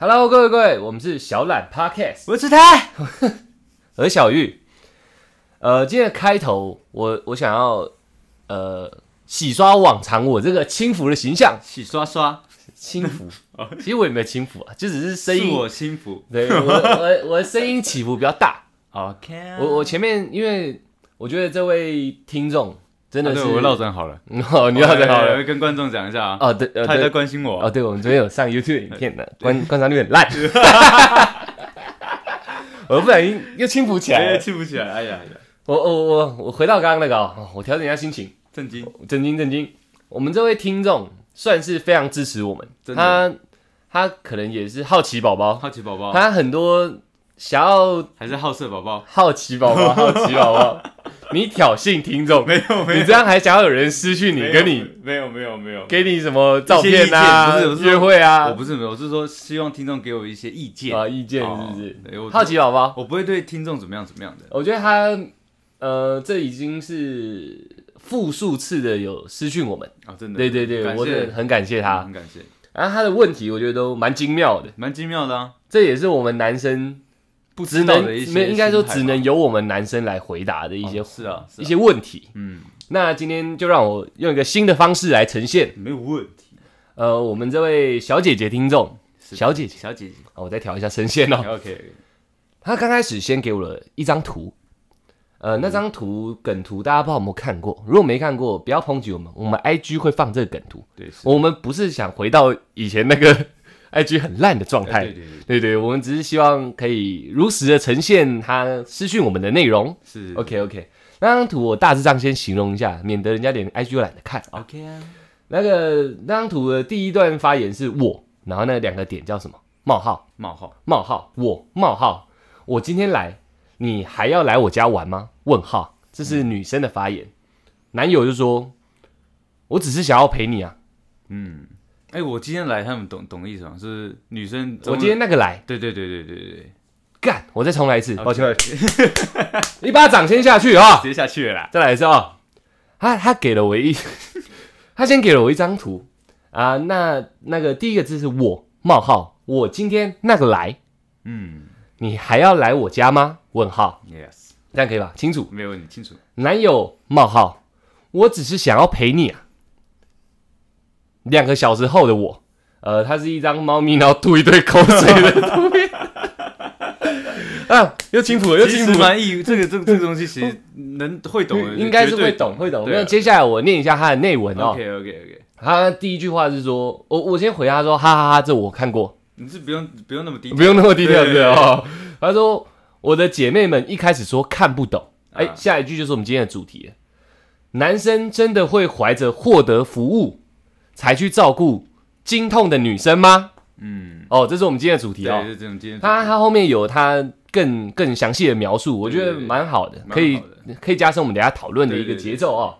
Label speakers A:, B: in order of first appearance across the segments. A: Hello，各位各位，我们是小懒 Podcast，
B: 我是他，
A: 何小玉。呃，今天的开头，我我想要呃洗刷往常我这个轻浮的形象，
B: 洗刷刷，
A: 轻浮。 其实我也没有轻浮啊，就只是声
B: 是
A: 音，
B: 我幸福。
A: 对我我我的声音起伏比较大。
B: OK，啊
A: 我我前面因为我觉得这位听众真
B: 啊
A: 的
B: 对
A: 是，
B: 我落枕好了，
A: 哦，你要
B: 对
A: 再好
B: 对
A: 了
B: 对跟观众讲一下啊，
A: 哦，对，呃
B: 哎他也在
A: 对，
B: 关心我
A: 哦，
B: 啊，
A: 对，我们昨天有上 YouTube 影片的，观观察率很 烂，我不小心又轻浮起来
B: 哎
A: 了
B: 呀，。气不起来，哎呀，哎呀
A: 我我我我回到刚刚那个、哦，我调整一下心情，
B: 震惊，
A: 震惊震惊。我们这位听众算是非常支持我们，
B: 真
A: 他
B: 的
A: 他可能也是好奇宝宝，
B: 好奇宝宝
A: 他很多想要
B: 还是好色宝宝？
A: 好奇宝宝，好奇宝宝，你挑衅听众，
B: 没有没
A: 你
B: 有，
A: 这样还想要有人失去你，
B: 没有
A: 跟你
B: 没有没有没有，
A: 给你什么照片啊
B: 一些意见不是我，是说
A: 约会
B: 我
A: 啊
B: 不是没有，我是说希望听众给我一些意见
A: 啊意见
B: 哦
A: 是不是？
B: 对我
A: 好奇宝宝，
B: 我不会对听众怎么样怎么样的，
A: 我觉得他呃，这已经是复数次的有私讯我们。
B: 啊，真的，
A: 对对对，
B: 感
A: 我
B: 谢
A: 真的很感谢他。
B: 很感谢，
A: 然后他的问题我觉得都蛮精妙的，
B: 蛮精妙的啊，
A: 这也是我们男生
B: 不
A: 只
B: 知道
A: 能
B: 的一些心态吧，
A: 没应该说只能由我们男生来回答的一些、
B: 哦是啊，是
A: 一
B: 啊
A: 些问题。
B: 嗯，
A: 那今天就让我用一个新的方式来呈现。
B: 没有问题，
A: 呃，我们这位小姐姐听众，
B: 是
A: 小姐姐，
B: 小姐姐
A: 哦我再调一下声线 哦。
B: ，OK，
A: 她刚开始先给我了一张图，呃，那张图梗图大家不知道有没有看过？如果没看过，不要抨击我们，我们 IG 会放这个梗图。
B: 对，是，
A: 我们不是想回到以前那个 IG 很烂的状态，
B: 哎对对对，
A: 对对，我们只是希望可以如实的呈现他私讯我们的内容。
B: 是
A: OK OK，那张图我大致上先形容一下，免得人家连 IG 都懒得看啊。
B: OK 啊，
A: 那个那张图的第一段发言是我，然后那两个点叫什么？冒号
B: 冒号，
A: 冒号我冒号，我今天来，你还要来我家玩吗？问号，这是女生的发言。男友就说，我只是想要陪你啊，
B: 嗯，哎，我今天来，他们懂懂意思吗？是女生，
A: 我今天那个来
B: 对对对对对对，
A: 干，我再重来一次，
B: OK
A: 抱歉，抱歉一巴掌先下去啊、
B: 直接下去了啦，
A: 再来一次啊、他他给了我一， 他先给了我一张图啊，那那个第一个字是我冒号，我今天那个来，
B: 嗯
A: 你还要来我家吗？问号，
B: ，Yes，
A: 这样可以吧？清楚。
B: 没有问题，清楚，
A: 男友冒号，我只是想要陪你啊。两个小时后的我，呃，它是一张猫咪，然后吐一堆口水的图 片。啊，又清楚了，又
B: 其
A: 清
B: 实
A: 楚了。
B: 蛮意，这个这个这个东西其实能会懂的，
A: 应该是
B: 绝对
A: 会懂会懂。
B: 对啊
A: 那接下来我念一下它的内文哦。
B: OK OK OK，
A: 他第一句话是说，我我先回他说，哈哈哈，这我看过，
B: 你是不用不用那么低
A: 不用那么低调
B: 对
A: 对哦。他说我的姐妹们一开始说看不懂，哎、
B: 啊
A: 下一句就是我们今天的主题了，男生真的会怀着获得服务才去照顾经痛的女生吗？
B: 嗯，
A: 哦，这是我们今天的主题
B: 对，
A: 哦。
B: 是这种今天
A: 他他后面有他更更详细的描述，我觉得
B: 对对对
A: 蛮好的，
B: 蛮
A: 可以
B: 好的
A: 可以加深我们等一下讨论的一个
B: 对对对
A: 节奏哦。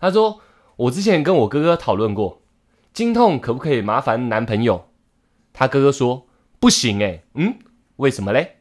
A: 他说，我之前跟我哥哥讨论过，经痛可不可以麻烦男朋友？他哥哥说不行诶、嗯，为什么嘞？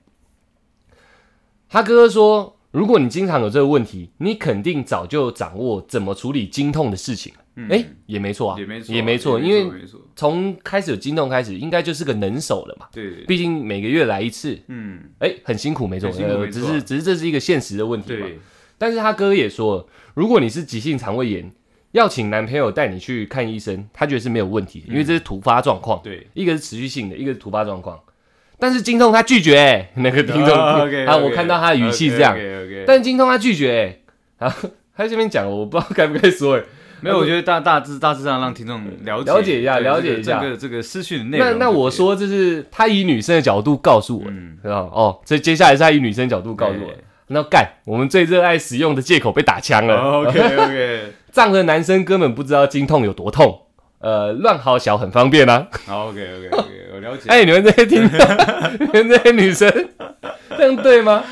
A: 他哥哥说，如果你经常有这个问题，你肯定早就掌握怎么处理经痛的事情了。
B: 嗯
A: 诶，也没错啊，
B: 也没错
A: 也没错，因为
B: 没错，
A: 从开始有经痛开始，应该就是个能手了嘛。
B: 对对，
A: 毕竟每个月来一次，
B: 嗯，
A: 哎、很辛苦，没错，
B: 很辛苦
A: 呃
B: 没
A: 只
B: 错
A: 是只是这是一个现实的问题嘛。
B: 对，
A: 但是他哥也说了，如果你是急性肠胃炎，要请男朋友带你去看医生，他觉得是没有问
B: 嗯
A: 题，因为这是突发状况，
B: 对，
A: 一个是持续性的，一个是突发状况。但是经痛他拒绝、欸，那 个听众、
B: 啊，OK，
A: 啊，我看到他的语气这样
B: OK，
A: 但经痛他拒绝、欸， 然后他这边讲，我不知道该不该说、欸，
B: 没有，我觉得大大致大致上让听众了解
A: 了解一下
B: 对
A: 了解
B: 这个
A: 一下
B: 这个这个私讯的内容
A: 那
B: 就可以了。
A: 那我说这是他以女生的角度告诉我，
B: 嗯，
A: 知道吗哦，这接下来是他以女生角度告诉我
B: 对，
A: 那干，我们最热爱使用的借口被打枪了。
B: ，OK OK，
A: 胀的男生根本不知道经痛有多痛，呃，乱好小很方便啊。
B: 好 OK OK OK，我了解。
A: 哎、你们这些听众， 你们这些女生，这样对吗？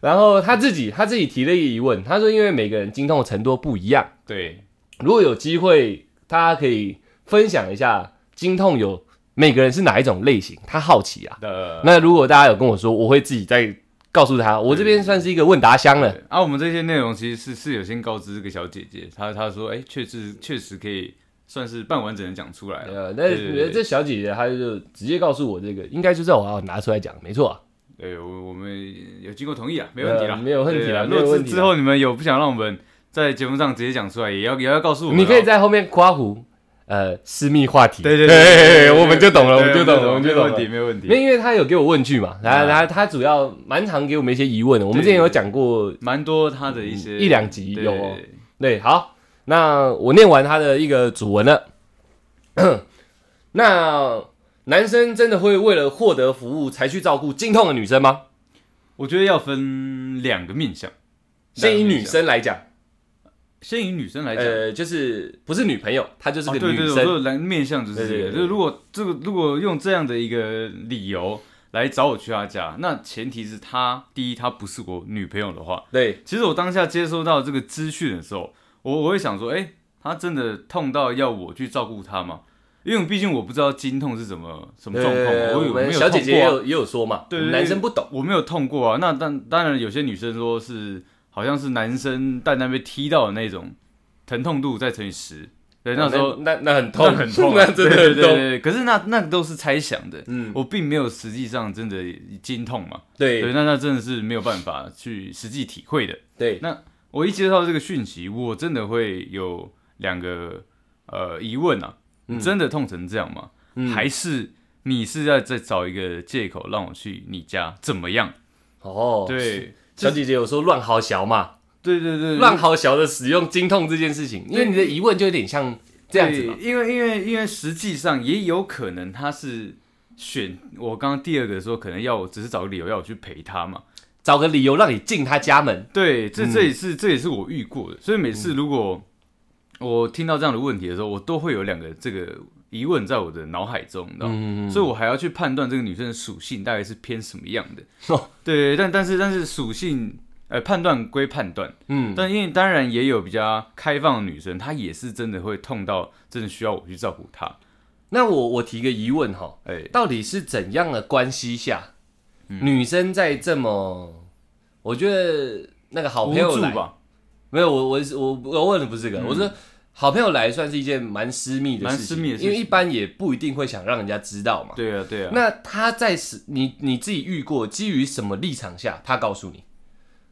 A: 然后他自己他自己提了一个疑问，他说因为每个人经痛的程度不一样，
B: 对，
A: 如果有机会，大家可以分享一下经痛有每个人是哪一种类型，他好奇啊。
B: 的
A: 那如果大家有跟我说，我会自己再告诉他。我这边算是一个问答箱了。
B: 对啊，我们这些内容其实是是有先告知这个小姐姐，她她说，哎，确实确实可以算是半完整的讲出来了。
A: 呃，
B: 对对
A: 那
B: 对
A: 这小姐姐她就直接告诉我这个，应该就在我要拿出来讲，没错啊。
B: 对，我我们有经过同意啊，没问题啦，
A: 呃没有问题啦
B: 对啊
A: 没有
B: 如果
A: 问
B: 之
A: 题啦
B: 之后你们有不想让我们在节目上直接讲出来，也要也要告诉我们哦。
A: 你可以在后面夸胡，呃，私密话题。
B: 对对
A: 嘿嘿嘿
B: 对，
A: 我们就懂了，我
B: 对
A: 们就
B: 对
A: 懂了，我们
B: 没
A: 就
B: 有
A: 懂
B: 问
A: 了
B: 题，。没有问题
A: 那。因为他有给我问句嘛，然后
B: 啊
A: 他他主要蛮常给我们一些疑问的，我们之前有讲过
B: 蛮多他的一些
A: 嗯一两集
B: 对
A: 有哦对，好，那我念完他的一个主文了。 那男生真的会为了获得服务才去照顾经痛的女生吗？
B: 我觉得要分两个面向，
A: 先以女
B: 两个面向，
A: 生来讲，
B: 先以女生来讲，
A: 呃，就是不是女朋友，她就是
B: 哦
A: 个
B: 对
A: 女
B: 对，
A: 生。
B: 我说来面向就是这
A: 对
B: 个，
A: 对对
B: 就是如果这个如果用这样的一个理由来找我去他家，那前提是他第一他不是我女朋友的话，
A: 对
B: 其实我当下接收到这个资讯的时候，我我会想说，哎、他真的痛到要我去照顾他吗？因为毕竟我不知道经痛是什么什么状况，
A: 呃
B: 我有
A: 我
B: 没
A: 们
B: 有
A: 小姐
B: 痛
A: 姐也
B: 过啊
A: 有也有说嘛，
B: 对
A: 我们
B: 对
A: 男生不懂。
B: 我没有痛过啊。那当当然，有些女生说是好像是男生蛋蛋被踢到的那种疼痛度再乘以十，对，那时候
A: 啊那哦那很痛，
B: 那很痛 啊，
A: 那真的
B: 对对
A: 很
B: 对
A: 痛。
B: 对。可是那那个都是猜想的，
A: 嗯，
B: 我并没有实际上真的经痛嘛，对，
A: 对
B: 那那真的是没有办法去实际体会的。
A: 对，
B: 我一接到这个讯息，我真的会有两个呃疑问啊，
A: 嗯
B: 真的痛成这样吗？
A: 嗯
B: 还是你是在在找一个借口让我去你家怎么样？
A: 哦，，
B: 对
A: 小姐姐有说乱好小嘛，
B: 对对对，
A: 乱好小的使用经痛这件事情，因为你的疑问就有点像这样子嘛
B: 对，因为因为因为实际上也有可能他是选我刚刚第二个说，可能要我只是找个理由要我去陪他嘛。
A: 找个理由让你进她家门。
B: 对，这
A: 嗯
B: 这也是、这也是我遇过的，所以每次如果我听到这样的问题的时候，我都会有两个这个疑问在我的脑海中，你知道吗？
A: 嗯，
B: 所以我还要去判断这个女生的属性大概是偏什么样的。
A: 哦
B: 对，但但是但是属性。呃，判断归判断，
A: 嗯，
B: 但因为当然也有比较开放的女生，她也是真的会痛到真的需要我去照顾她。
A: 那我我提个疑问哈，
B: 哎、
A: 到底是怎样的关系下，
B: 嗯
A: 女生在这么，我觉得那个好朋友
B: 无助
A: 来，
B: 吧，嗯
A: 没有我我我我问的不是这个，我说好朋友来算是一件蛮私密的
B: 蛮
A: 事情，
B: 私密的事
A: 因为
B: 情
A: 一般也不一定会想让人家知道嘛。
B: 对啊，对啊。
A: 那他在是你你自己遇过，基于什么立场下他告诉你？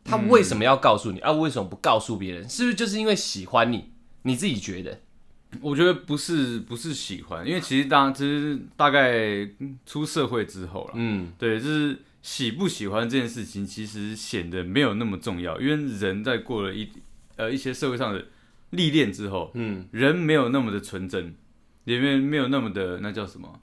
A: 他为什么要告诉你、啊？为什么不告诉别人？是不是就是因为喜欢你？你自己觉得？
B: 我觉得不是不是喜欢，因为其实大其实大概嗯出社会之后了，
A: 嗯，
B: 对，就是喜不喜欢这件事情，其实显得没有那么重要，因为人在过了一呃一些社会上的历练之后，
A: 嗯，
B: 人没有那么的纯真，也没有没有那么的那叫什么。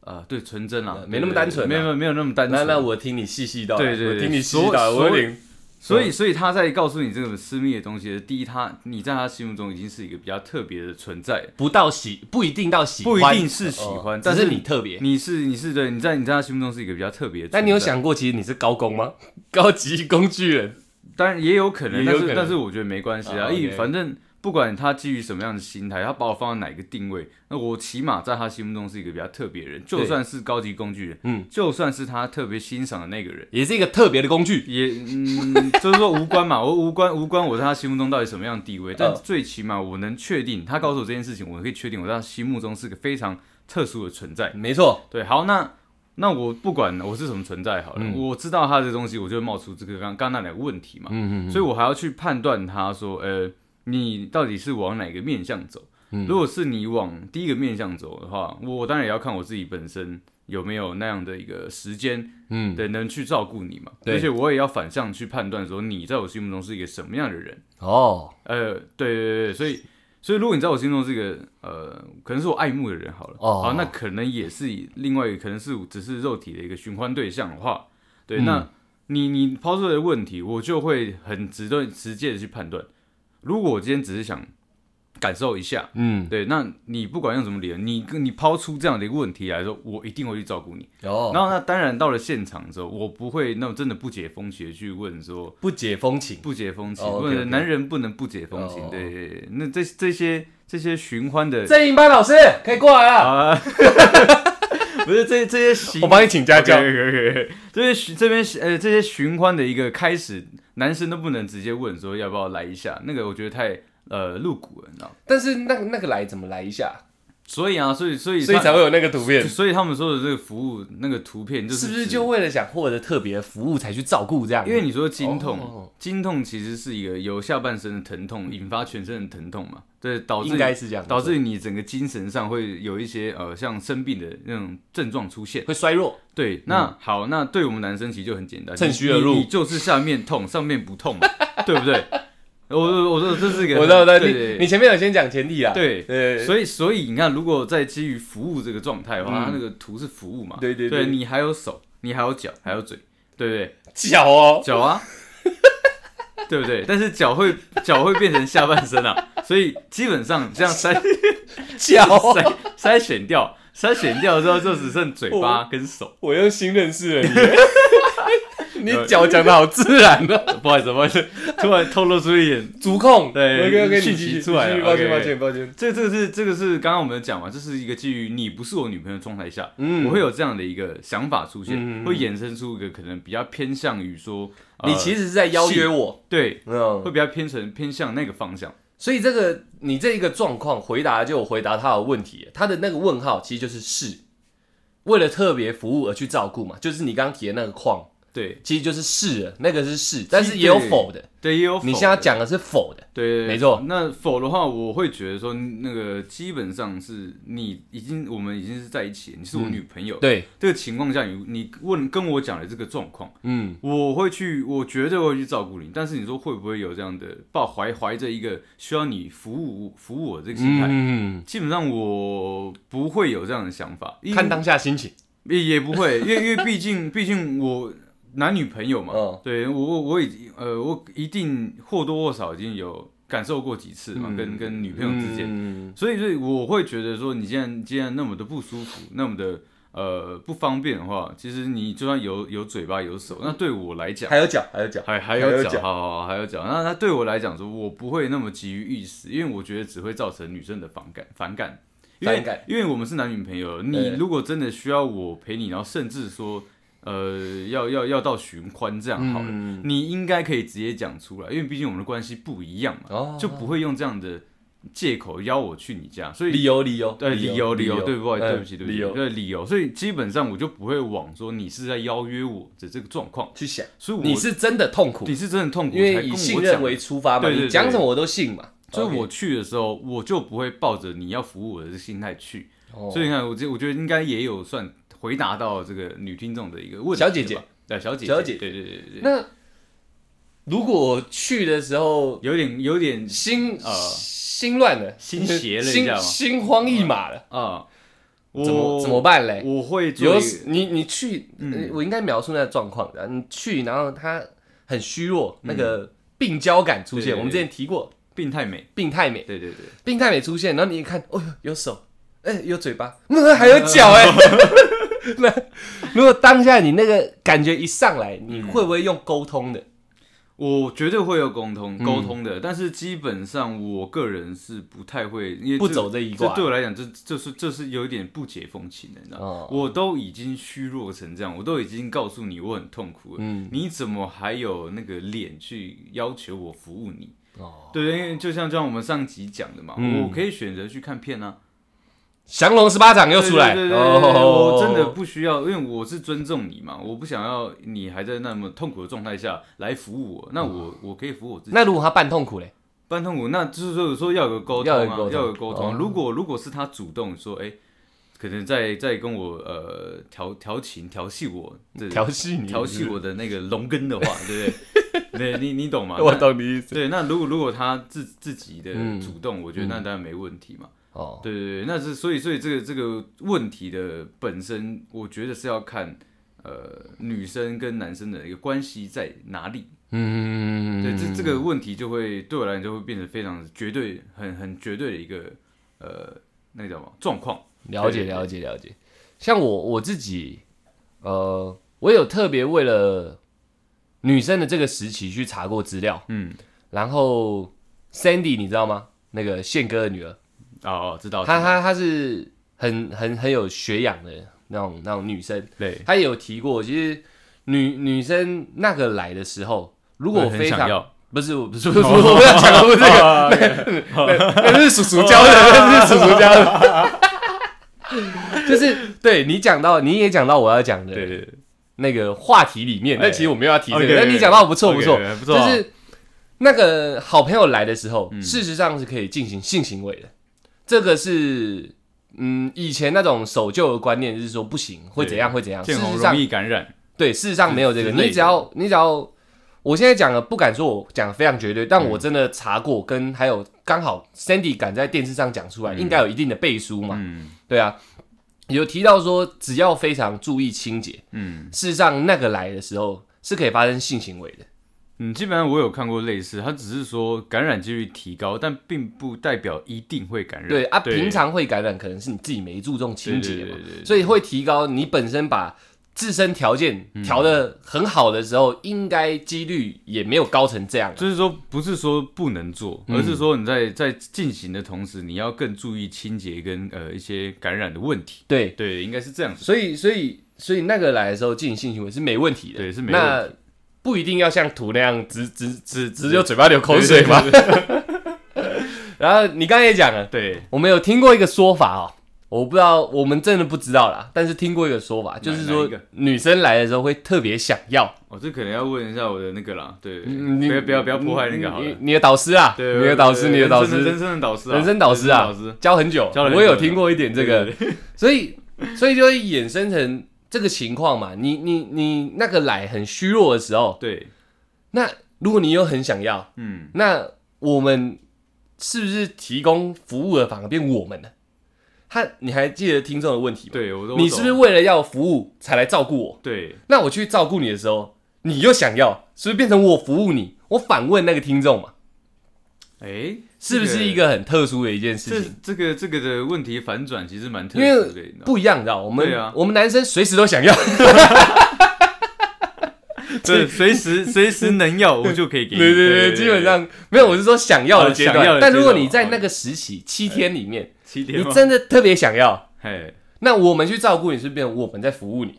B: 啊、对，纯真啊
A: 呃，没那么单纯啊
B: 没有没有那么单
A: 那
B: 纯。
A: 那我听你细细道来，啊
B: 对对对
A: 我听你细细道来，啊
B: 所
A: 我有点
B: 所
A: 嗯
B: 以，所以他在告诉你这个私密的东西，第一，他你在他心目中已经是一个比较特别的存在，
A: 不到喜，不一定到喜
B: 不
A: 欢，
B: 一定是喜欢
A: 哦
B: 但
A: 只
B: 是
A: 是你特别。
B: 你是你是对你在你在他心目中是一个比较特别的存在，
A: 但你有，想过，其实你是高工吗？ 高级工具人。
B: 当然也有可能，
A: 也
B: 但
A: 有
B: 是
A: 可能
B: 但是我觉得没关系啊，
A: 啊
B: 因为
A: OK
B: 反正不管他基于什么样的心态，他把我放在哪个定位，那我起码在他心目中是一个比较特别的人，就算是高级工具人，
A: 嗯，
B: 就算是他特别欣赏的那个人。
A: 也是一个特别的工具。
B: 也嗯， 就是说无关嘛，我无关无关，我在他心目中到底什么样的地位，但
A: 嗯
B: 最起码我能确定，他告诉我这件事情，我可以确定我在他心目中是个非常特殊的存在。
A: 没错，
B: 对，好，那那我不管我是什么存在好了，
A: 嗯
B: 我知道他的东西，我就会冒出这个刚刚那两个问题嘛，
A: 嗯嗯
B: 所以我还要去判断他说，呃，你到底是往哪个面向走？
A: 嗯
B: 如果是你往第一个面向走的话，我当然也要看我自己本身有没有那样的一个时间，
A: 嗯，
B: 对，能去照顾你嘛。
A: 对
B: 而且我也要反向去判断说，你在我心目中是一个什么样的人。
A: 哦，
B: 呃，对对对，所以所以如果你在我心中是一个呃，可能是我爱慕的人好了，
A: 哦
B: 好，那可能也是以另外一个，可能是只是肉体的一个寻欢对象的话，对，
A: 嗯
B: 那你你抛出来的问题，我就会很直断直接的去判断。如果我今天只是想感受一下，
A: 嗯，
B: 对，那你不管用什么理由，你你抛出这样的一个问题来说，我一定会去照顾你。
A: 哦，
B: 然后那当然到了现场之后，我不会那么真的不解风情的去问说，
A: 不解风情。
B: 不解风情，
A: 哦
B: 不
A: OK，OK
B: 能男人不能不解风
A: 哦
B: 情。
A: 哦
B: 对对，对那这这些这些寻欢的
A: 郑颖班老师可以过来了，
B: 啊，不是这这些寻，
A: 我帮你请家教。
B: OK，OK，OK，这些寻这边呃这些寻欢的一个开始，男生都不能直接问说要不要来一下，那个我觉得太呃露骨了，你知道吗？
A: 但是那个那个来怎么来一下，
B: 所以啊，所以所以
A: 所以
B: 他
A: 才会有那个图片，
B: 所以他们说的这个服务那个图片就是是
A: 不是
B: 指
A: 就为了想获得特别服务才去照顾这样？
B: 因为你说经
A: 哦
B: 痛，经痛其实是一个由下半身的疼痛引发全身的疼痛嘛，对，导致
A: 应该是这样，
B: 导致你整个精神上会有一些呃像生病的那种症状出现。
A: 会衰弱，
B: 对，那、好，那对我们男生其实就很简
A: 嗯
B: 单，
A: 趁虚而
B: 你
A: 入
B: 你你就是下面痛，上面不痛嘛，对不 对？我我我说这是一个，
A: 我知道，我知道，
B: 对
A: 你
B: 对
A: 你前面有先讲前提啊，
B: 对
A: 对，
B: 所以，所以你看，如果在基于服务这个状态的话，
A: 嗯
B: 它那个图是服务嘛？
A: 对对对
B: 对，你还有手，你还有脚，还有嘴，对不对？
A: 巧哦，
B: 脚啊， 对不对？但是脚会脚会变成下半身啊，所以基本上这样筛
A: 巧哦，
B: 筛筛选掉，筛选掉之后就只剩嘴
A: 哦
B: 巴跟手。
A: 我又新认识了你，你脚讲的好自然哦，
B: 不好意思，不好意思，突然透露出一点
A: 足控，
B: 对
A: OK OK，
B: 讯息出来了
A: 抱歉
B: OK，OK
A: 抱歉抱歉，
B: 这个、这个是这个是刚刚我们讲嘛，这是一个基于你不是我女朋友的状态下，
A: 嗯
B: 我会有这样的一个想法出现，
A: 嗯嗯嗯
B: 会衍生出一个可能比较偏向于说，呃
A: 你其实是在邀约我，
B: 对
A: 嗯
B: 会，比较偏成偏向那个方向，
A: 所以这个你这一个状况回答就有回答他的问题，他的那个问号其实就是是。为了特别服务而去照顾嘛，就是你刚刚提的那个框，
B: 对
A: 其实就是是的，那个是是，但是也有否的。
B: 对，也有
A: 你
B: 否
A: 现在
B: 的
A: 讲的是否的，
B: 对对，对
A: 没错。
B: 那否的话，我会觉得说那个基本上是你已经我们已经是在一起了，你
A: 嗯
B: 是我女朋友，
A: 对，
B: 这个情况下你你问跟我讲的这个状况。
A: 嗯，
B: 我会去，我绝对会去照顾你。但是你说会不会有这样的抱怀怀着一个需要你服务服务我这个心态？
A: 嗯，
B: 基本上我不会有这样的想法，因
A: 看当下心情，
B: 也也不会，因为因为毕竟毕竟我男女朋友嘛，
A: 嗯
B: 对我我我已经呃我一定或多或少已经有感受过几次嘛，
A: 嗯
B: 跟跟女朋友之间，
A: 间，
B: 所以所以我会觉得说，你既然既然那么的不舒服，那么的呃不方便的话，其实你就算有有嘴巴有手，那对我来讲。
A: 还有脚，还有脚，
B: 还还
A: 还有
B: 有
A: 脚
B: 脚，好好好还有脚。那那对我来讲说，我不会那么急于一时，因为我觉得只会造成女生的反感反感。因为
A: 反感
B: 因为我们是男女朋友，
A: 对
B: 你如果真的需要我陪你，然后甚至说，呃，要要要到寻欢这样好了，
A: 嗯
B: 你应该可以直接讲出来，因为毕竟我们的关系不一样嘛，
A: 哦
B: 就不会用这样的借口邀我去你家，所以
A: 理由，理由，嗯
B: 对理由理由，对不好意思，对不起对不
A: 理
B: 起，
A: 由
B: 对理由，所以基本上我就不会往说你是在邀约我的这个状况，
A: 去想，
B: 所以我
A: 你是真的痛苦
B: 你，是真的痛苦，
A: 因
B: 才
A: 为
B: 跟
A: 以
B: 我
A: 信
B: 讲
A: 任为出发嘛，
B: 对对对
A: 你讲什么我都信嘛，
B: 所以
A: OK
B: 我去的时候，我就不会抱着你要服务我的心态去。
A: 哦
B: 所以你看，我觉我觉得应该也有算回答到这个女听众的一个问题吧。
A: 小姐姐
B: 对，小姐姐，
A: 小姐
B: 对对对对对，
A: 那如果我去的时候
B: 有点有点
A: 心
B: 呃
A: 心乱了，
B: 心邪了一下
A: 心
B: 嘛
A: 心慌意马了，
B: 啊，我
A: 怎么怎么办嘞？
B: 我嗯会做
A: 有
B: 一
A: 时你你去，呃我应该描述那个状况的啊。你去，然后他很虚弱，那个病娇感出
B: 嗯对
A: 现。
B: 对
A: 我们之前提过
B: 病态美，
A: 病态美，
B: 对对对，
A: 病态美出现，然后你一看，哦呦，有手，哎，有嘴巴， 嗯，还有脚， 哎。 那如果当下你那个感觉一上来，你
B: 嗯
A: 会不会用沟通的？
B: 我绝对会有沟通
A: 嗯
B: 沟通的，但是基本上我个人是不太会，因为
A: 不走这一挂
B: 这对我来讲，这这是这是有点不解风情的，你知道吗？
A: 哦
B: 我都已经虚弱成这样，我都已经告诉你我很痛苦了，
A: 嗯
B: 你怎么还有那个脸去要求我服务你？
A: 哦，
B: 对，因为就像就像我们上集讲的嘛，
A: 嗯
B: 我可以选择去看片啊，
A: 降龙十八掌又出来，
B: 对对对对对
A: 哦
B: 我真的不需要，因为我是尊重你嘛，我不想要你还在那么痛苦的状态下来服务我，那
A: 啊
B: 我我可以服务我自己。啊
A: 那如果他半痛苦嘞？
B: 半痛苦，那就是说有时候要有个沟通
A: 要有个
B: 啊
A: 沟，通
B: 要有个沟通。
A: 哦
B: 如果如果是他主动说，哎、可能在在跟我呃调调情调戏我，这
A: 调戏你，
B: 调戏我的那个龙 根的话，对不对？对，你你懂吗？
A: 我
B: 那
A: 懂你意思。
B: 对，那如果如果他自自己的
A: 嗯
B: 主动，我觉得那当然没问题嘛。
A: 哦，
B: 对对对，那是所以所以这个这个问题的本身，我觉得是要看呃女生跟男生的一个关系在哪里。
A: 嗯，
B: 对，这这个问题就会对我来讲就会变得非常绝对、很很绝对的一个呃，那个叫什么状况？
A: 了解
B: 对对对
A: 了解了解。像我我自己，呃，我有特别为了女生的这个时期去查过资料，
B: 嗯，
A: 然后 Sandy 你知道吗？那个宪哥的女儿，
B: 哦，知道，
A: 她她她是很很很有学养的那种那种女生，
B: 对，
A: 她也有提过，其实女女生那个来的时候，如果
B: 我
A: 非
B: 很想
A: 常
B: 要，
A: 不是，我不是，不是，我不要讲的不是这个， 那那是叔叔教的，那是叔叔教的。就是对你讲到，你也讲到我要讲的
B: 对对对，
A: 那个话题里面，
B: 哎
A: 那其实我没有要提这个，
B: OK，
A: 但你讲到不错不错，
B: OK，不错
A: 就
B: 啊，
A: 是那个好朋友来的时候，
B: 嗯
A: 事实上是可以进行性行为的。这个是嗯，以前那种守旧的观念就是说不行，会怎样会怎样。事
B: 见红
A: 实上
B: 容易感染，
A: 对，事实上没有这个，
B: 之类的
A: 你只要你只要，我现在讲的不敢说我讲的非常绝对，
B: 嗯
A: 但我真的查过，跟还有刚好 Sandy 敢在电视上讲出来，
B: 嗯
A: 应该有一定的背书嘛，
B: 嗯
A: 对啊，有提到说只要非常注意清洁，
B: 嗯
A: 事实上那个来的时候是可以发生性行为的，
B: 嗯，基本上我有看过类似，它只是说感染几率提高，但并不代表一定会感染。
A: 对啊，平常会感染可能是你自己没注重清洁
B: 对
A: 嘛
B: 对对对，对
A: 所以会提高你本身把。自身条件调
B: 嗯
A: 得很好的时候，应该几率也没有高成这样啊、
B: 就是说不是说不能做，
A: 嗯
B: 而是说你在在进行的同时，你要更注意清洁跟呃一些感染的问题。
A: 对，
B: 对，应该是这样子。
A: 所以，所以，所以那个来的时候进行性行为是没问题的，
B: 对是没
A: 那
B: 问
A: 不一定要像图那样只只只只有嘴巴流口水嘛。 然后你刚才也讲了，
B: 对，
A: 我们有听过一个说法哦，我不知道，我们真的不知道啦，但是听过一个说法，就是
B: 哪
A: 说
B: 一个
A: 女生来的时候会特别想要，
B: 我、哦这可能要问一下我的那个啦。对，
A: 嗯你
B: 不要不要不要破坏那个好
A: 你
B: 了。
A: 你的导师啊，
B: 对，
A: 你的导师，
B: 对
A: 你的导
B: 人
A: 师，
B: 生的导师啊，
A: 人生导师啊
B: 人生导师，
A: 教很久，
B: 教了很久
A: 我有听过一点这个
B: 对，
A: 所以，所以就会衍生成这个情况嘛。你你你那个奶很虚弱的时候，
B: 对，
A: 那如果你又很想要，
B: 嗯，
A: 那我们是不是提供服务的反而变我们呢？他，你还记得听众的问题吗？
B: 对，我都
A: 你是不是为了要服务才来照顾我？
B: 对
A: 那我去照顾你的时候，你又想要，是不是变成我服务你？我反问那个听众嘛，
B: 哎、
A: 是不是一个很特殊的一件
B: 这
A: 事
B: 个
A: 情？
B: 这这个这个的问题反转其实蛮特
A: 因
B: 殊的，你
A: 为
B: 知道吗
A: 不一样，你知道，我们、
B: 对啊
A: 我们男生随时都想要，
B: 对，随 时随时能要我就可以给
A: 对
B: 你。
A: 对对，基本上没有，我是说想要的阶
B: 哦想要
A: 段。
B: 的
A: 但如果
B: 阶段
A: 你在那个时期七天里面，
B: 七天
A: 你
B: 吗，
A: 真的特别想要，
B: 嘿，
A: 那我们去照顾你，是变成我们在服务你。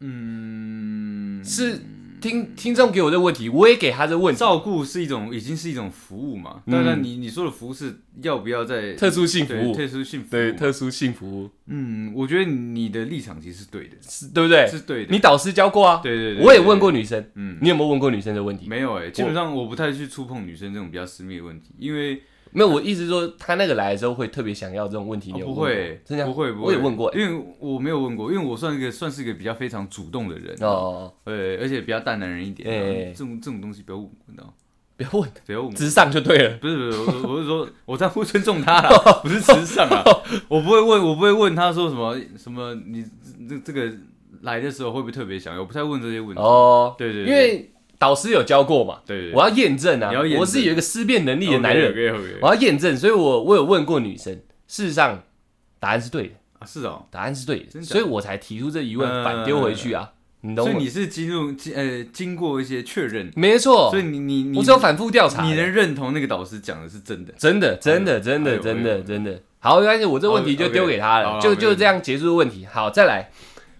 B: 嗯，
A: 是听听众给我这个问题，我也给他这个问题，
B: 照顾是一种已经是一种服务嘛？
A: 嗯
B: 当然你，你说的服务是要不要在
A: 特殊性服
B: 对
A: 务，
B: 特殊性服务？
A: 对特殊性服务，
B: 嗯，我觉得你的立场其实是对的，
A: 是对不对？
B: 是对的。
A: 你导师教过啊，
B: 对对对，
A: 我也
B: 对
A: 问过，女生，
B: 嗯，
A: 你有没有问过女生的问题？
B: 没有哎、基本上我不太去触碰女生这种比较私密的问题，因为
A: 没有，我意思是说他那个来的时候会特别想要这种问题，
B: 哦
A: 你有
B: 不
A: 问过吗
B: 会，
A: 真的
B: 不会，不会，
A: 我也问过欸
B: 因为我没有问过，因为我算一个算是一个比较非常主动的人哦，
A: 哦，
B: 呃，而且比较大男人一点，
A: 哎
B: 这种这种东西不要问我，你知道吗
A: 不要问，
B: 不要问我。
A: 直上就对了。
B: 不是不是，我我我是说，我在乎尊重 他啦，不是时尚啊，我不会问，我不会问他说什么什么，你这这个来的时候会不会特别想要？我不太问这些问题。
A: 哦，
B: 对对
A: 因
B: 对
A: 为导师有教过嘛，
B: 对对，
A: 我要验证啊
B: 你要验，证哦
A: 我是有一个思辨能力的男人，
B: OK OK，,
A: 我要验证，所以我我有问过女生，事实上答案是对的。
B: 啊是哦，
A: 答案是对的，
B: 真假
A: 所以我才提出这疑问，
B: 嗯
A: 反丢回去啊，你
B: 所
A: 懂
B: 以
A: 我？
B: 你是经入经呃经过一些确认，
A: 没错
B: 所，以你你你
A: 哦我只有反复调查
B: 你，能认同那个导师讲的是真的，
A: 真的，真的，真
B: 哎
A: 的，
B: 呦
A: 真
B: 哎
A: 的，
B: 呦
A: 真的。好，但是我这问题
B: 哦
A: 就
B: ，OK，
A: 丢给他
B: 好
A: 了，
B: 啦
A: 就
B: 没问
A: 就
B: 题
A: 这样结束问题。好，再来，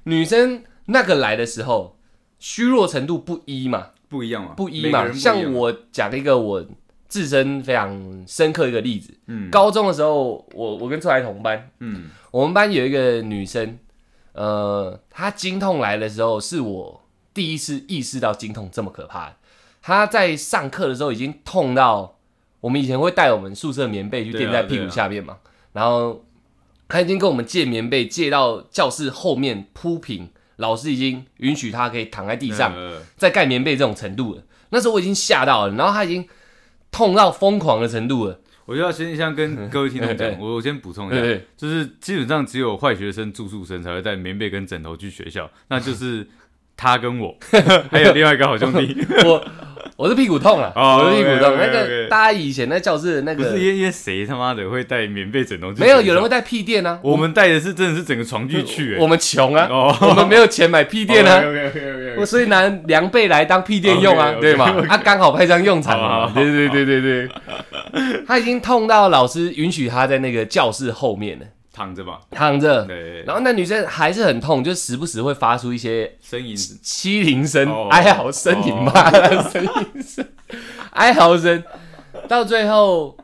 A: 女生那个来的时候，虚弱程度不一嘛，
B: 不一样嘛，
A: 不一
B: 每个
A: 嘛。
B: 人不一
A: 像
B: 样，
A: 我讲一个我自身非常深刻一个例子，
B: 嗯
A: 高中的时候，我我跟出来同班，
B: 嗯
A: 我们班有一个女生，呃，她经痛来的时候，是我第一次意识到经痛这么可怕。她在上课的时候已经痛到，我们以前会带我们宿舍棉被去垫在
B: 啊
A: 屁股下面嘛，然后她已经跟我们借棉被，借到教室后面铺平，老师已经允许她可以躺在地上，
B: 呃
A: 在盖棉被这种程度了。那时候我已经吓到了，然后她已经痛到疯狂的程度了，
B: 我就要先先跟各位听众
A: 嗯
B: 讲，
A: 嗯
B: 我我先补充 一
A: 对
B: 下，
A: 对
B: 就是基本上只有坏学生、住宿生才会带棉被跟枕头去学校，那就是他 跟我，还有另外一个好兄弟，
A: 我我是屁股痛了，
B: 哦
A: 我是屁股痛。
B: OK，OK，OK
A: 那个大家以前在教室的那
B: 不
A: 个
B: 是因为因为谁他妈的会带棉被、枕头去学校？
A: 没有，有人会带屁垫啊。
B: 哦我们带的是真的是整个床具去、欸，
A: 我们穷啊，
B: 哦
A: 我们没有钱买屁 垫啊，
B: OK OK
A: 我所以拿凉被来当屁垫用啊，
B: OK，OK，OK
A: 对嘛？啊，刚好派上用场
B: 好好
A: 了嘛。
B: 好
A: 对对对对对，他已经痛到老师允许他在那个教室后面了。
B: 躺着吧，
A: 躺着，
B: 对，
A: 然后那女生还是很痛，就时不时会发出一些
B: 呻吟，
A: 凄铃声
B: 哦、
A: 哀嚎声，你妈的呻吟 声、哀嚎声，到最后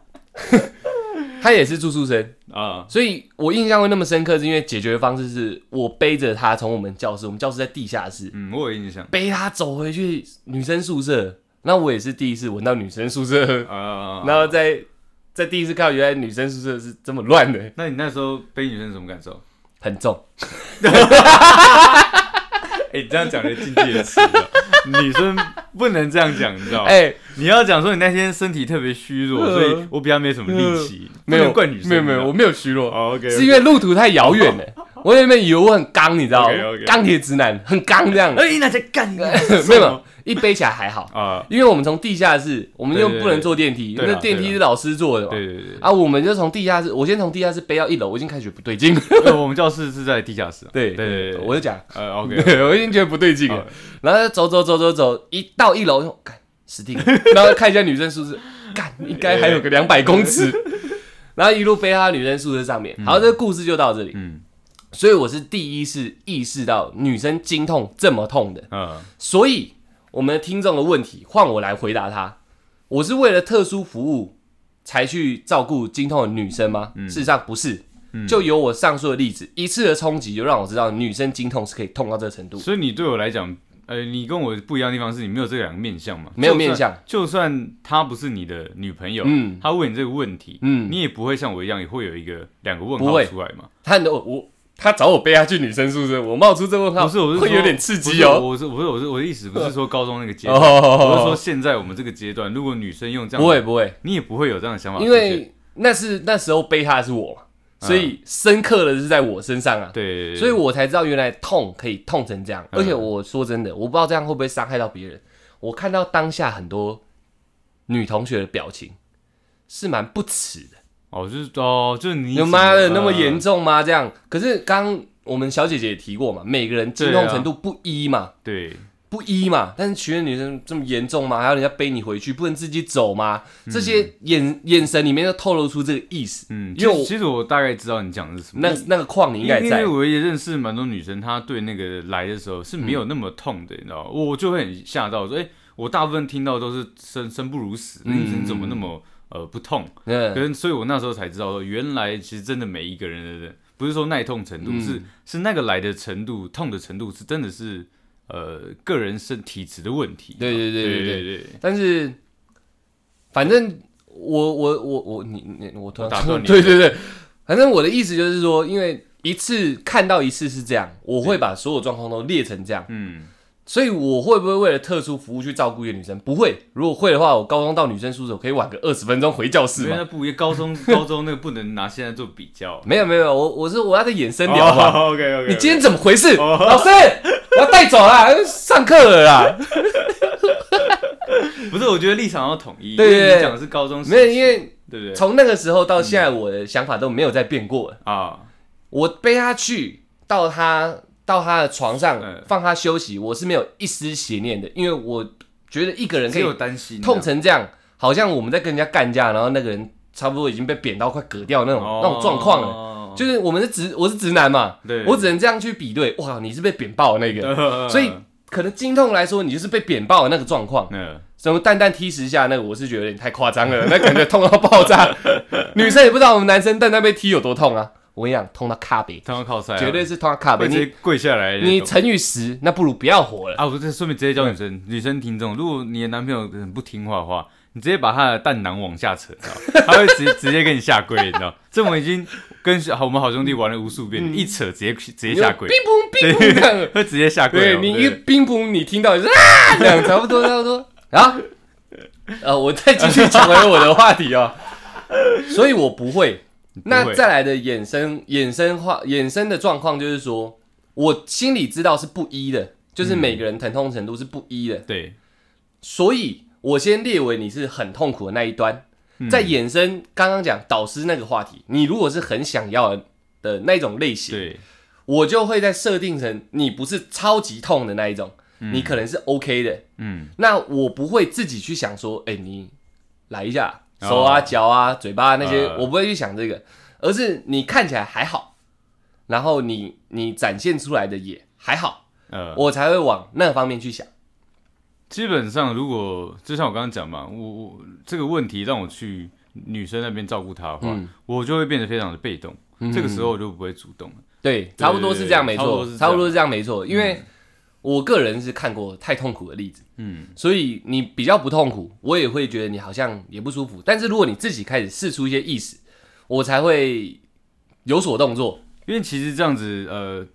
A: 他也是住宿生，
B: 啊，
A: 所以我印象会那么深刻，是因为解决方式是我背着他从我们教室，我们教室在地下室，
B: 嗯，我有印象，
A: 背他走回去女生宿舍。那我也是第一次闻到女生宿舍，
B: 啊，
A: 然后在在第一次看到原来女生宿舍是这么乱的，
B: 那你那时候被女生什么感受？
A: 很重。
B: 哎，你这样讲的境界词了，女生不能这样讲，你知道吗？
A: 哎、
B: 你要讲说你那天身体特别虚弱，
A: 呃
B: 所以我比较没什么力气，
A: 嗯没
B: 不
A: 有
B: 能怪女生，啊
A: 没有没有，我没有虚弱。
B: o k
A: 是因为路途太遥远 了。我原本以为我很刚，你知道吗
B: OK，OK？
A: 钢铁直男，很刚这样。
B: 哎，那在干，
A: 啊 没有没有，一背起来还好，
B: 啊，
A: 因为我们从地下室，我们又
B: 对对对
A: 不能坐电梯，
B: 对啦
A: 那电梯是老师坐的嘛。
B: 对对对
A: 啊，我们就从地下室，我先从地下室背到一楼，我已经开始觉得不对劲。
B: 对，呃我们教室是在地下室啊，
A: 对
B: 对对对，
A: 我就讲，
B: 呃 OK，
A: 对我已经觉得不对劲了
B: 好。
A: 然后走走走走走，一到一楼，我干死定了。 然后看一下女生宿舍，干应该还有个两百公 尺。然后一路飞到女生宿舍上面。好，这个故事就到这里。
B: 嗯
A: 所以我是第一次意识到女生经痛这么痛的。
B: 嗯，
A: 所以我们的听众的问题，换我来回答他。我是为了特殊服务才去照顾经痛的女生吗？
B: 嗯
A: 事实上不是。就由我上述的例子，一次的冲击就让我知道女生经痛是可以痛到这个程度。
B: 所以你对我来讲，呃，你跟我不一样的地方是你没有这两个面相嘛，
A: 没有
B: 就算
A: 面相，
B: 就算她不是你的女朋友，
A: 嗯
B: 她问你这个问题，
A: 嗯
B: 你也不会像我一样也会有一个两个问
A: 不
B: 号
A: 会
B: 出来嘛，
A: 他我我他找我背他去女生宿舍，我冒出这问号，
B: 不是，我是
A: 会
B: 说
A: 有点刺激哦。
B: 不是我是我是我是我的意 思不是说高中那个阶段，我是说
A: 哦，
B: 现在我们这个阶段，如果女生用这样，
A: 不会，不会，
B: 你也不会有这样的想法出
A: 因
B: 现，
A: 为那是那时候背他的是我嘛，所以深刻的是在我身上啊，
B: 嗯对，
A: 所以我才知道原来痛可以痛成这样。
B: 嗯
A: 而且我说真的，我不知道这样会不会伤害到别人。我看到当下很多女同学的表情是蛮不耻的。
B: 哦，就是哦，就是你
A: 你妈的
B: 怎
A: 那么严
B: 呃
A: 重吗？这样，可是刚我们小姐姐也提过嘛，每个人经
B: 对
A: 痛
B: 啊
A: 程度不一嘛，
B: 对，
A: 不一嘛。但是学院女生这么严重吗？还要人家背你回去，不能自己走吗？这些眼、眼神里面就透露出这个意思。
B: 嗯，
A: 因为我
B: 其实其实我大概知道你讲的是什么，
A: 那那个框你应
B: 因
A: 该
B: 为
A: 也
B: 因
A: 在
B: 为，我也认识蛮多女生，她对那个来的时候是
A: 嗯
B: 没有那么痛的，你知道吗？我就会很吓到，说，哎、我大部分听到都是生生不如死，
A: 嗯
B: 女生怎么那么呃不痛？可
A: 嗯，
B: 能，所以我那时候才知道说，原来其实真的每一个人的不是说耐痛程度，
A: 嗯
B: 是是那个来的程度，痛的程度是真的是呃个人身体质的问题。
A: 对对对
B: 对
A: 对
B: 对对，
A: 但是反正我我我我你你我突然
B: 我打断 你
A: 对对对，反正我的意思就是说，因为一次看到一次是这样，我会把所有状况都列成这样。
B: 嗯，
A: 所以我会不会为了特殊服务去照顾一个女生？不会。如果会的话，我高中到女生宿舍我可以晚个二十分钟回教室
B: 因为
A: 嘛？
B: 那不一样，高中高中那个不能拿现在做比较。哦
A: 没有没有，没有我我是我要在衍生聊嘛。
B: o k OK，
A: 你今天怎么回事？
B: 哦
A: 老师，我要带走啦，上课了啦。
B: 不是，我觉得立场要统一。
A: 对对
B: 因为
A: 对
B: 你讲的是高中时期，
A: 没有，因为
B: 对不对？
A: 从那个时候到现在，我的想法都没有再变过了。
B: 啊，
A: 我背她去到她到她的床上
B: 嗯
A: 放她休息，我是没有一丝邪念的，因为我觉得一个人可
B: 只
A: 以
B: 有担心啊
A: 痛成这样，好像我们在跟人家干架，然后那个人差不多已经被扁到快割掉那种、
B: 哦
A: 那种状况了。
B: 了
A: 就是我们是直，我是直男嘛，
B: 哦对
A: 我只能这样去比对。哇，你是被扁爆的那个，
B: 就
A: 所以可能经痛来说，你就是被扁爆的那个状况。
B: 嗯，
A: 什么蛋蛋踢十下那个，我是觉得有点太夸张了，那感觉痛到爆 炸。女生也不知道我们男生蛋蛋被踢有多痛啊！我跟你讲，痛到卡北，
B: 他们靠塞啊，
A: 绝对是痛到卡
B: 会
A: 北。
B: 直
A: 你
B: 接跪下来那
A: 你
B: 种。
A: 乘以十，那不如不要活了。
B: 啊，我这顺便直接教女生，女生听众，如果你的男朋友很不听话的话，你直接把他的蛋囊往下扯，你知道吗 他会直直接跟你下跪，你知道吗？这我已经跟好我们好兄弟玩了无数遍，一扯直接直接
A: 嗯你
B: 下跪
A: 冰，砰冰砰这样。
B: 会直接下跪
A: 对
B: 哦。
A: 你一冰雹，你听到就是啊，这样差不多差不 多啊。呃，我再继续讲回我的话题 哦。所以我不会。那再来的衍生衍生化衍生的状况就是说，我心里知道是不一的，就是每个人疼痛程度是不一的，
B: 对
A: 所以我先列为你是很痛苦的那一端。
B: 嗯
A: 再衍生刚刚讲导师那个话题，你如果是很想要的那种类型，
B: 对
A: 我就会在设定成你不是超级痛的那一种，你可能是 OK 的。
B: 嗯
A: 那我不会自己去想说，哎、你来一下手啊、
B: 哦
A: 脚啊、嘴巴啊那些，
B: 呃
A: 我不会去想这个，而是你看起来还好，然后你你展现出来的也还好，
B: 呃，
A: 我才会往那方面去想。
B: 基本上如果就像我刚刚讲嘛，我我这个问题让我去女生那边照顾她的话，
A: 嗯
B: 我就会变得非常的被动，这个时候我就不会主动了。
A: 对，差不多是这样，没
B: 对对对
A: 错，差
B: 差
A: 不
B: 不
A: 多
B: 多
A: 是这样，没错。因为我个人是看过太痛苦的例子，
B: 嗯，
A: 所以你比较不痛苦，我也会觉得你好像也不舒服。但是如果你自己开始试出一些意识，我才会有所动作。
B: 因为其实这样子呃，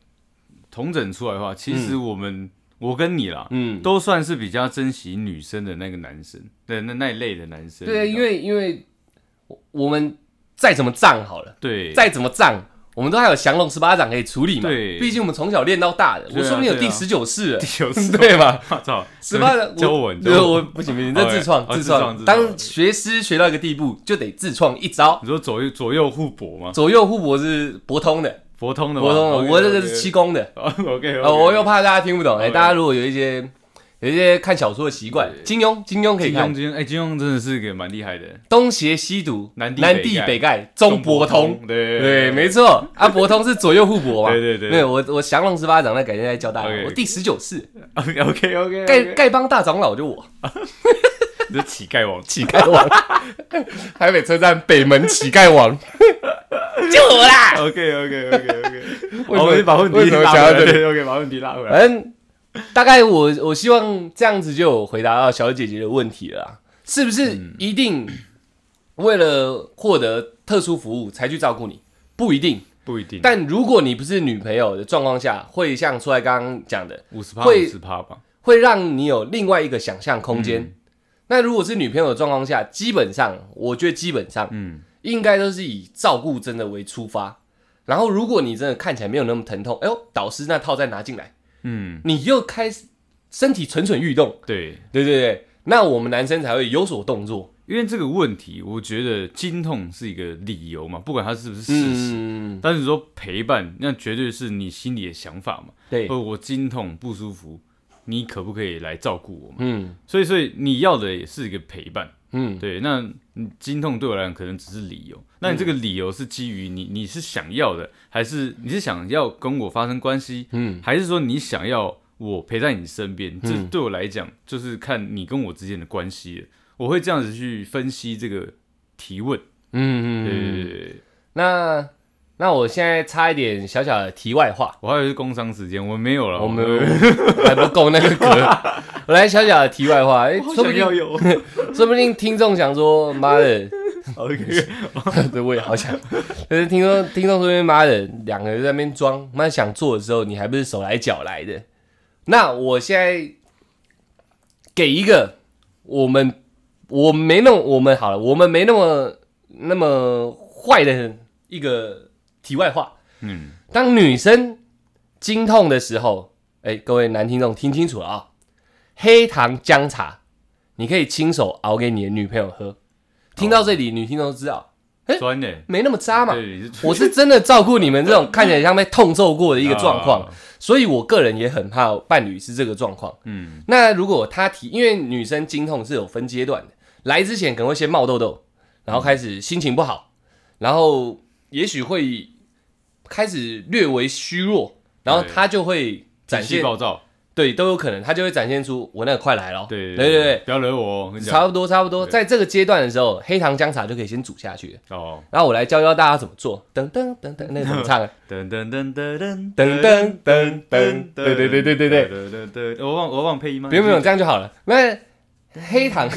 B: 同整出来的话，其实我们、我跟你啦，
A: 嗯，
B: 都算是比较珍惜女生的那个男生，对，那那一类的男生。
A: 对，因为因为我我们再怎么胀好了，
B: 对
A: 再怎么胀，我们都还有降龙十八掌可以处理嘛。
B: 对
A: 毕竟我们从小练到大的，
B: 对啊
A: 我说不定有
B: 对
A: 第
B: 啊
A: 十九式了
B: 第，九 次，
A: 对吧？
B: 我操，
A: 十八的
B: 教我，你知
A: 对，
B: 道吗
A: 我不行 不行，这自创
B: 哦
A: 自
B: 自创
A: 创。
B: 自创
A: 当学师学到一个地步，就得自创一招，
B: 你说左右左右互 搏吗？
A: 左右互搏是博通的，
B: 博通的吗，哦
A: 博通的，我这个是
B: 七
A: 七公的。
B: 哦 ，OK，
A: 啊，我又怕大家听不懂，哎，
B: OK
A: 大家如果有一些有一些看小说的习惯，金庸金庸可以
B: 金
A: 看
B: 庸，，金庸，哎，金庸真的是个蛮厉害的，
A: 东邪西毒，
B: 南帝
A: 南
B: 北
A: 帝
B: 丐
A: 北丐，中博通。，
B: 对
A: 对， 没错，啊，博通是左右互搏嘛。
B: 对对对
A: 对我我降龙十八掌，那改天再教大家。
B: OK
A: 我第十九世，
B: ，OK OK OK，
A: 丐丐帮大长老就我，
B: 你说乞丐王，
A: 乞丐王，台北车站北门乞丐王， 就我啦。
B: ，OK OK OK OK，
A: 为什么
B: 哦我们把问
A: 为
B: 题
A: 什么
B: 拉回
A: 想到
B: 来，
A: 这里哎
B: 对，OK，把问题拉回来，
A: 反正大概我我希望这样子就有回答到小姐姐的问题了啦，是不是一定为了获得特殊服务才去照顾你？不一定，
B: 不一定，
A: 但如果你不是女朋友的状况下，会像出来刚刚讲的，
B: 五十趴五
A: 会
B: 十趴吧，
A: 会让你有另外一个想象空间。那如果是女朋友的状况下，基本上我觉得基本上
B: 嗯，
A: 应该都是以照顾真的为出发。然后如果你真的看起来没有那么疼痛，哎呦，导师那套再拿进来。
B: 嗯，
A: 你又开始身体蠢蠢欲动，
B: 对，
A: 对对对，那我们男生才会有所动作。
B: 因为这个问题，我觉得经痛是一个理由嘛，不管它是不是事实，
A: 嗯，
B: 但是说陪伴，那绝对是你心里的想法嘛。
A: 对，
B: 呃，我经痛不舒服，你可不可以来照顾我嘛？
A: 嗯
B: 所以，所以你要的也是一个陪伴。
A: 嗯，
B: 对，那你经痛对我来讲可能只是理由，那你这个
A: 嗯
B: 理由是基于你你是想要的，还是你是想要跟我发生关系，
A: 嗯，
B: 还是说你想要我陪在你身边？这
A: 嗯
B: 对我来讲就是看你跟我之间的关系了，我会这样子去分析这个提问。
A: 嗯嗯，
B: 对对
A: 对。
B: 对对对，
A: 那那我现在插一点小小的题外话，
B: 我还以为是工伤时间，我没有了，哦
A: 我哎们还不够那个 格，我来小小的题外话，哎，
B: 我
A: 说不定
B: 有
A: 说不定听众想说，妈的，
B: OK，
A: 对，我也好想，但是听说听众说，妈的，两个人在那边装，妈想做的时候，你还不是手来脚来的？那我现在给一个我们我没那么我们好了，我们没那么那么坏的一个题外话。
B: 嗯，
A: 当女生经痛的时候，哎、各位男听众听清楚了啊、黑糖姜茶，你可以亲手熬给你的女朋友
B: 哦
A: 喝。听到这里，女听众都知道。
B: 酸的，
A: 没那么渣嘛。
B: 对，你是
A: 我是真的照顾你们这种看起来像被痛揍过的一个状况，
B: 啊，
A: 所以我个人也很怕伴侣是这个状况。
B: 嗯，
A: 那如果他提，因为女生经痛是有分阶段的，来之前可能会先冒痘痘，然后开始心情不好，然后也许会开始略微虚弱，然后
B: 对
A: 他就会展
B: 脾气
A: 现，
B: 暴躁，
A: 对，都有可能，他就会展现出我那个快来了哦。对
B: 对
A: 对对，
B: 不要惹我哦，我跟你讲
A: 差不多差不多，在这个阶段的时候，黑糖姜茶就可以先煮下去了。
B: 哦，
A: 然后我来教教大家怎么做，噔噔噔噔，那个怎么唱啊？
B: 噔噔噔噔噔
A: 噔噔噔噔，对对对对对对，
B: 对对对，我忘我忘配音吗？
A: 不用不用，这样就好了。那黑糖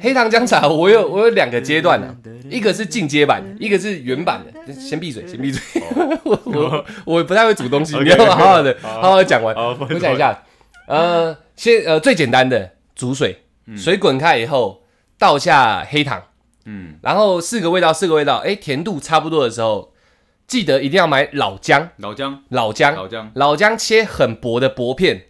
A: 黑糖姜茶，我有我有两个阶段呢、一个是进阶版，一个是原版的。先闭嘴，先闭嘴，我 我我不太会煮东西，
B: OK，
A: 你要好好的
B: OK，
A: 好
B: 好
A: 好地讲完。
B: 好，
A: 我讲一下，呃，先呃最简单的煮水，水滚开以后倒下黑糖，
B: 嗯，
A: 然后四个味道四个味道，哎，甜度差不多的时候，记得一定要买老姜，
B: 老姜，
A: 老姜，
B: 老姜，
A: 老姜切很薄的薄片，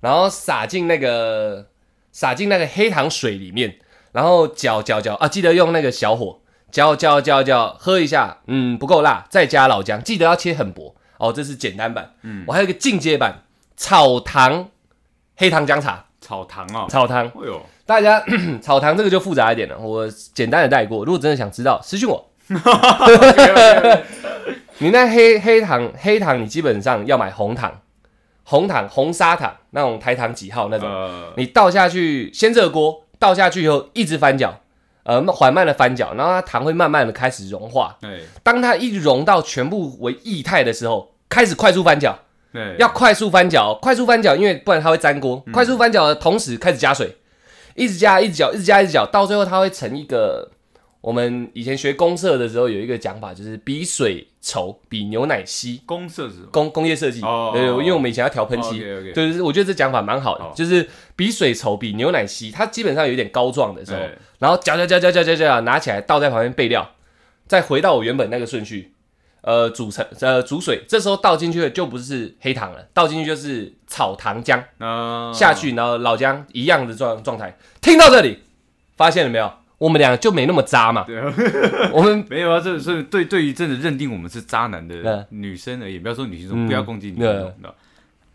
A: 然后撒进那个撒进那个黑糖水里面，然后搅搅搅啊，记得用那个小火搅搅搅搅，喝一下，嗯，不够辣，再加老姜，记得要切很薄哦，这是简单版，嗯，我还有一个进阶版，草糖黑糖姜茶，
B: 草糖哦，
A: 草糖，
B: 哎呦，
A: 大家草糖这个就复杂一点了，我简单的带过，如果真的想知道，私信我，
B: 哎
A: 你那黑黑糖黑糖，你基本上要买红糖，红糖红砂糖那种台糖几号那种，
B: 呃，
A: 你倒下去先热锅，倒下去以后一直翻搅，呃，缓慢的翻搅，然后它糖会慢慢的开始融化。
B: 对
A: 当它一融到全部为液态的时候，开始快速翻搅，
B: 对，
A: 要快速翻搅，快速翻搅，因为不然它会粘锅。快速翻搅的同时开始加水，一直加，一直搅，一直加，一直搅，到最后它会成一个。我们以前学公社的时候有一个讲法，就是比水稠，比牛奶稀。
B: 公社是
A: 工工业设计，
B: 哦
A: 对，
B: 哦
A: 因为我们以前要调喷漆，
B: OK OK，
A: 对，就是我觉得这讲法蛮好的，
B: 好
A: 就是比水稠，比牛奶稀，它基本上有一点膏状的时候，然后搅搅搅搅搅搅搅，拿起来倒在旁边备料，再回到我原本那个顺序，呃，煮成呃煮水，这时候倒进去的就不是黑糖了，倒进去就是草糖浆
B: 那
A: 下去，然后老姜一样的状状态。听到这里，发现了没有？我们俩就没那么渣嘛，
B: 对
A: 我们
B: 没有啊，这是对对于真的认定我们是渣男的
A: 嗯
B: 女生而言，不要说女性中
A: 嗯
B: 不要攻击女性众，你知道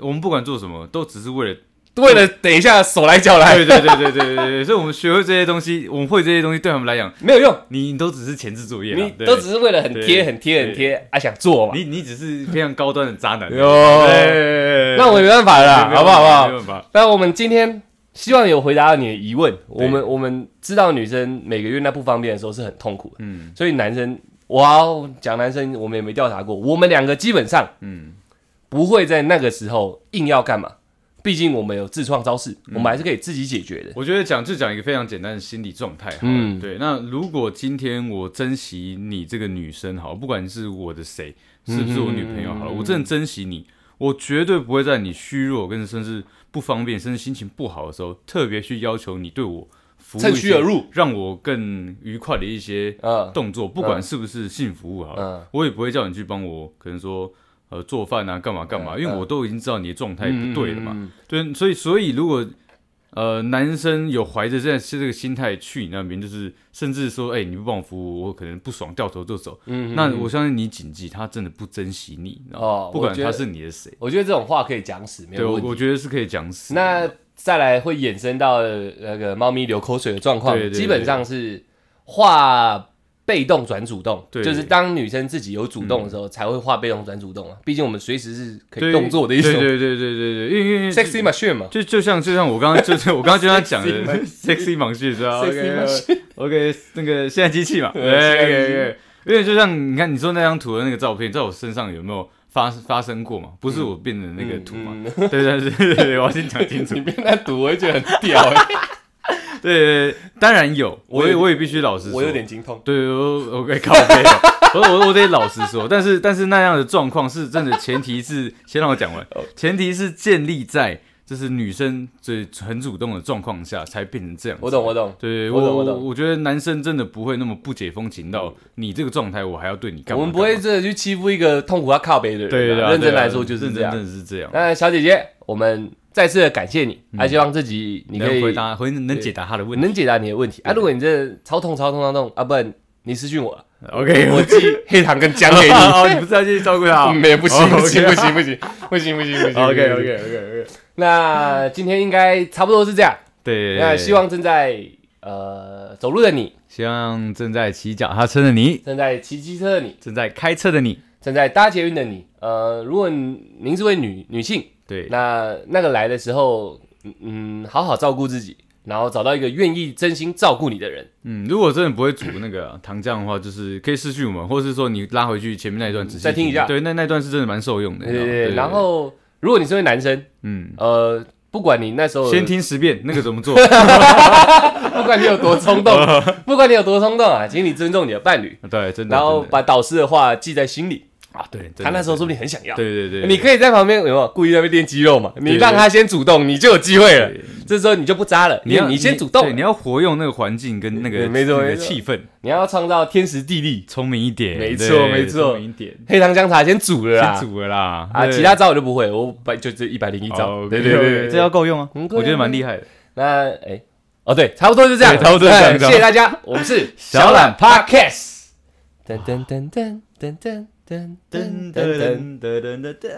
B: 我们不管做什么，都只是 为了
A: 为了等一下手来脚来
B: 对对对对对对对，所以我们学会这些东西，我们会这些东西，对他们来讲，
A: 没有用，
B: 你都只是前置作业啦，
A: 你
B: 对
A: 都只是为了很贴
B: 对
A: 很贴很贴啊，想做嘛。
B: 你你只是非常高端的渣男。
A: 哟
B: 对
A: 那我没办法了啦，
B: 没有
A: 好不好？好不
B: 没
A: 好？
B: 有办法，
A: 那我们今天希望有回答到你的疑问。我们我们知道女生每个月那不方便的时候是很痛苦的，
B: 嗯
A: 所以男生，哇哦，讲男生我们也没调查过，我们两个基本上
B: 嗯，
A: 不会在那个时候硬要干嘛，毕竟我们有自创招式，
B: 嗯
A: 我们还是可以自己解决的。
B: 我觉得讲就讲一个非常简单的心理状态。嗯，
A: 嗯
B: 对。那如果今天我珍惜你这个女生，好，不管是我的谁，
A: 嗯
B: 是不是我女朋友，好了，我真的珍惜你，我绝对不会在你虚弱跟甚至不方便，甚至心情不好的时候，特别去要求你对我服务一些
A: 趁虚而入，
B: 让我更愉快的一些
A: 嗯
B: 动作，不管是不是性服务好了，
A: 嗯
B: 我也不会叫你去帮我，可能说呃做饭啊，干嘛干嘛，
A: 嗯
B: 因为我都已经知道你的状态哎不对了嘛。
A: 嗯
B: 对，所以所以如果呃男生有怀着这样是这个心态去你那边，就是甚至说，哎、你不帮我服务，我可能不爽，掉头就走。
A: 嗯
B: 那我相信你谨记，他真的不珍惜你，你知道吗
A: 哦
B: 不管
A: 我觉得
B: 他是你的谁，
A: 我觉得这种话可以讲死，没
B: 对
A: 有
B: 我
A: 问题。
B: 我觉得是可以讲死的。
A: 那再来会衍生到呃那个猫咪流口水的状况
B: 对对，对
A: 基本上是化被动转主动，
B: 对
A: 就是当女生自己有主动的时候，才会化被动转主动啊。毕竟我们随时是可
B: 对
A: 以动作的一种
B: 对对对对对对，因为因为
A: sexy machine 嘛。
B: 就就像就像我刚刚就是我刚刚就像讲
A: Sexy
B: 的 sexy 盲区是吧
A: Sexy
B: ？OK OK 那个现在机器嘛，对
A: 对
B: OK
A: 现在
B: OK，因为就像你看你说那张图的那个照片，在我身上有没有发发生过嘛？不是我变的那个图嘛？
A: 嗯，
B: 对对对对对，我要先讲清楚
A: 你。变那赌，我会觉得很屌 欸，
B: 对对，对当然有，我
A: 我
B: 也
A: 有
B: 我也必须老实说，
A: 我有点精通。
B: 对，我我可以靠背了，我我我得老实说，但是但是那样的状况是真的，前提是先让我 讲完，
A: 哦
B: 前提是建立在就是女生最很主动的状况下才变成这样子。
A: 我懂，我懂。
B: 对，
A: 我懂
B: 我
A: 我懂
B: 我觉得男生真的不会那么不解风情到你这个状态，我还要对你干
A: 我
B: 嘛？
A: 们不会
B: 干嘛
A: 真的去欺负一个痛苦要靠背的人啊。
B: 对的，
A: 认真
B: 对啊
A: 来说就是
B: 认
A: 这
B: 真
A: 样
B: 真。的是这样。
A: 那小姐姐，我们再次地感谢你，还希望自己你可
B: 能
A: 以
B: 回答回能解答他的
A: 我
B: 问题。
A: 能解答你的问题啊！如果你真的超痛、超痛、超痛啊，不然你私讯我了，
B: OK，
A: 我寄黑糖跟姜给
B: 哎 哦，你
A: 你。嗯
B: 不是要去照 顾他哦？
A: 没有不行
B: 哦
A: 不行不
B: ，OK
A: 行不行不行不行不行。
B: OK
A: 不
B: OK
A: 行
B: OK OK。
A: 那今天应该差不多是这样。
B: 对，
A: 那希望正在呃走路的你，
B: 希望正在骑脚踏车的你，
A: 正在骑机车的你，
B: 正在开车的你，
A: 正在搭捷运的你，呃，如果你您是位女女性，
B: 对，
A: 那那个来的时候，嗯嗯，好好照顾自己，然后找到一个愿意真心照顾你的人。
B: 嗯，如果真的不会煮那个啊糖酱的话，就是可以失去我们，或是说你拉回去前面那一段仔细
A: 再听一下
B: 对，那那一段是真的蛮受用的。
A: 对
B: 你
A: 对
B: 知道吗
A: 对。然后，如果你是位男生，
B: 嗯，
A: 呃，不管你那时候
B: 先听十遍那个怎 么做，
A: 不管你有多冲动， 不管你有多冲动啊，请你尊重你的伴侣，
B: 对，真的。
A: 然后
B: 真的
A: 把导师的话记在心里。
B: 啊，对，真的
A: 他那时候说不定很想要，
B: 对对对，
A: 你
B: 以
A: 可以在旁边有没有故意在那边练肌肉嘛？你
B: 对
A: 让他先主动，你就有机会了
B: 对。
A: 这时候你就不渣了，你
B: 要
A: 你先主
B: 对
A: 动
B: 你，要活用那个环境跟那个
A: 对没错
B: 那个
A: 没错
B: 气氛，
A: 你要创造天时地利。
B: 聪明一点，
A: 没错
B: 对
A: 没错
B: 聪明一点，
A: 黑糖姜茶先煮了
B: 先
A: 啦，
B: 煮了啦
A: 啊，
B: 对
A: 其他招我就不会，我百就这一百零一招。
B: 哦
A: 对对对，对
B: 这要够用啊，
A: 嗯
B: 我觉得蛮厉害的。
A: 那哎，哦对，差不多就这样，
B: 对差不多就这样
A: 哎
B: 差不多
A: 谢谢大家，我们是
B: 小懒
A: Podcast。噔噔噔噔噔噔噔噔噔噔。
B: 噔噔噔噔噔噔。